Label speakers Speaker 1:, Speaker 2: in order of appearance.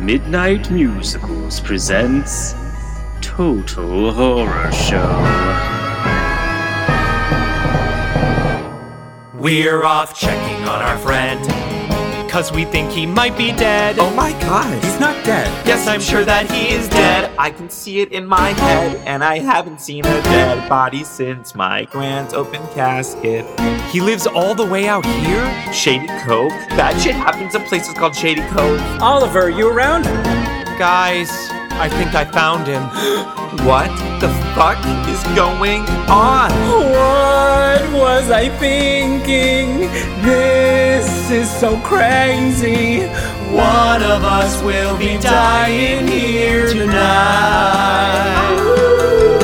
Speaker 1: Midnight Musicals presents Total Horror Show.
Speaker 2: We're off checking on our friend, cause we think he might be dead.
Speaker 3: Oh my god, he's not dead.
Speaker 2: yes, I'm sure that he is dead. I can see it in my head, and I haven't seen a dead body since my grand's open casket.
Speaker 3: He lives all the way out here?
Speaker 2: Shady Cove? That shit happens in places called Shady Cove.
Speaker 4: Oliver, you around?
Speaker 3: Guys, I think I found him.
Speaker 2: What the fuck is going on?
Speaker 4: What was I thinking? This is so crazy. One of us will be dying here tonight.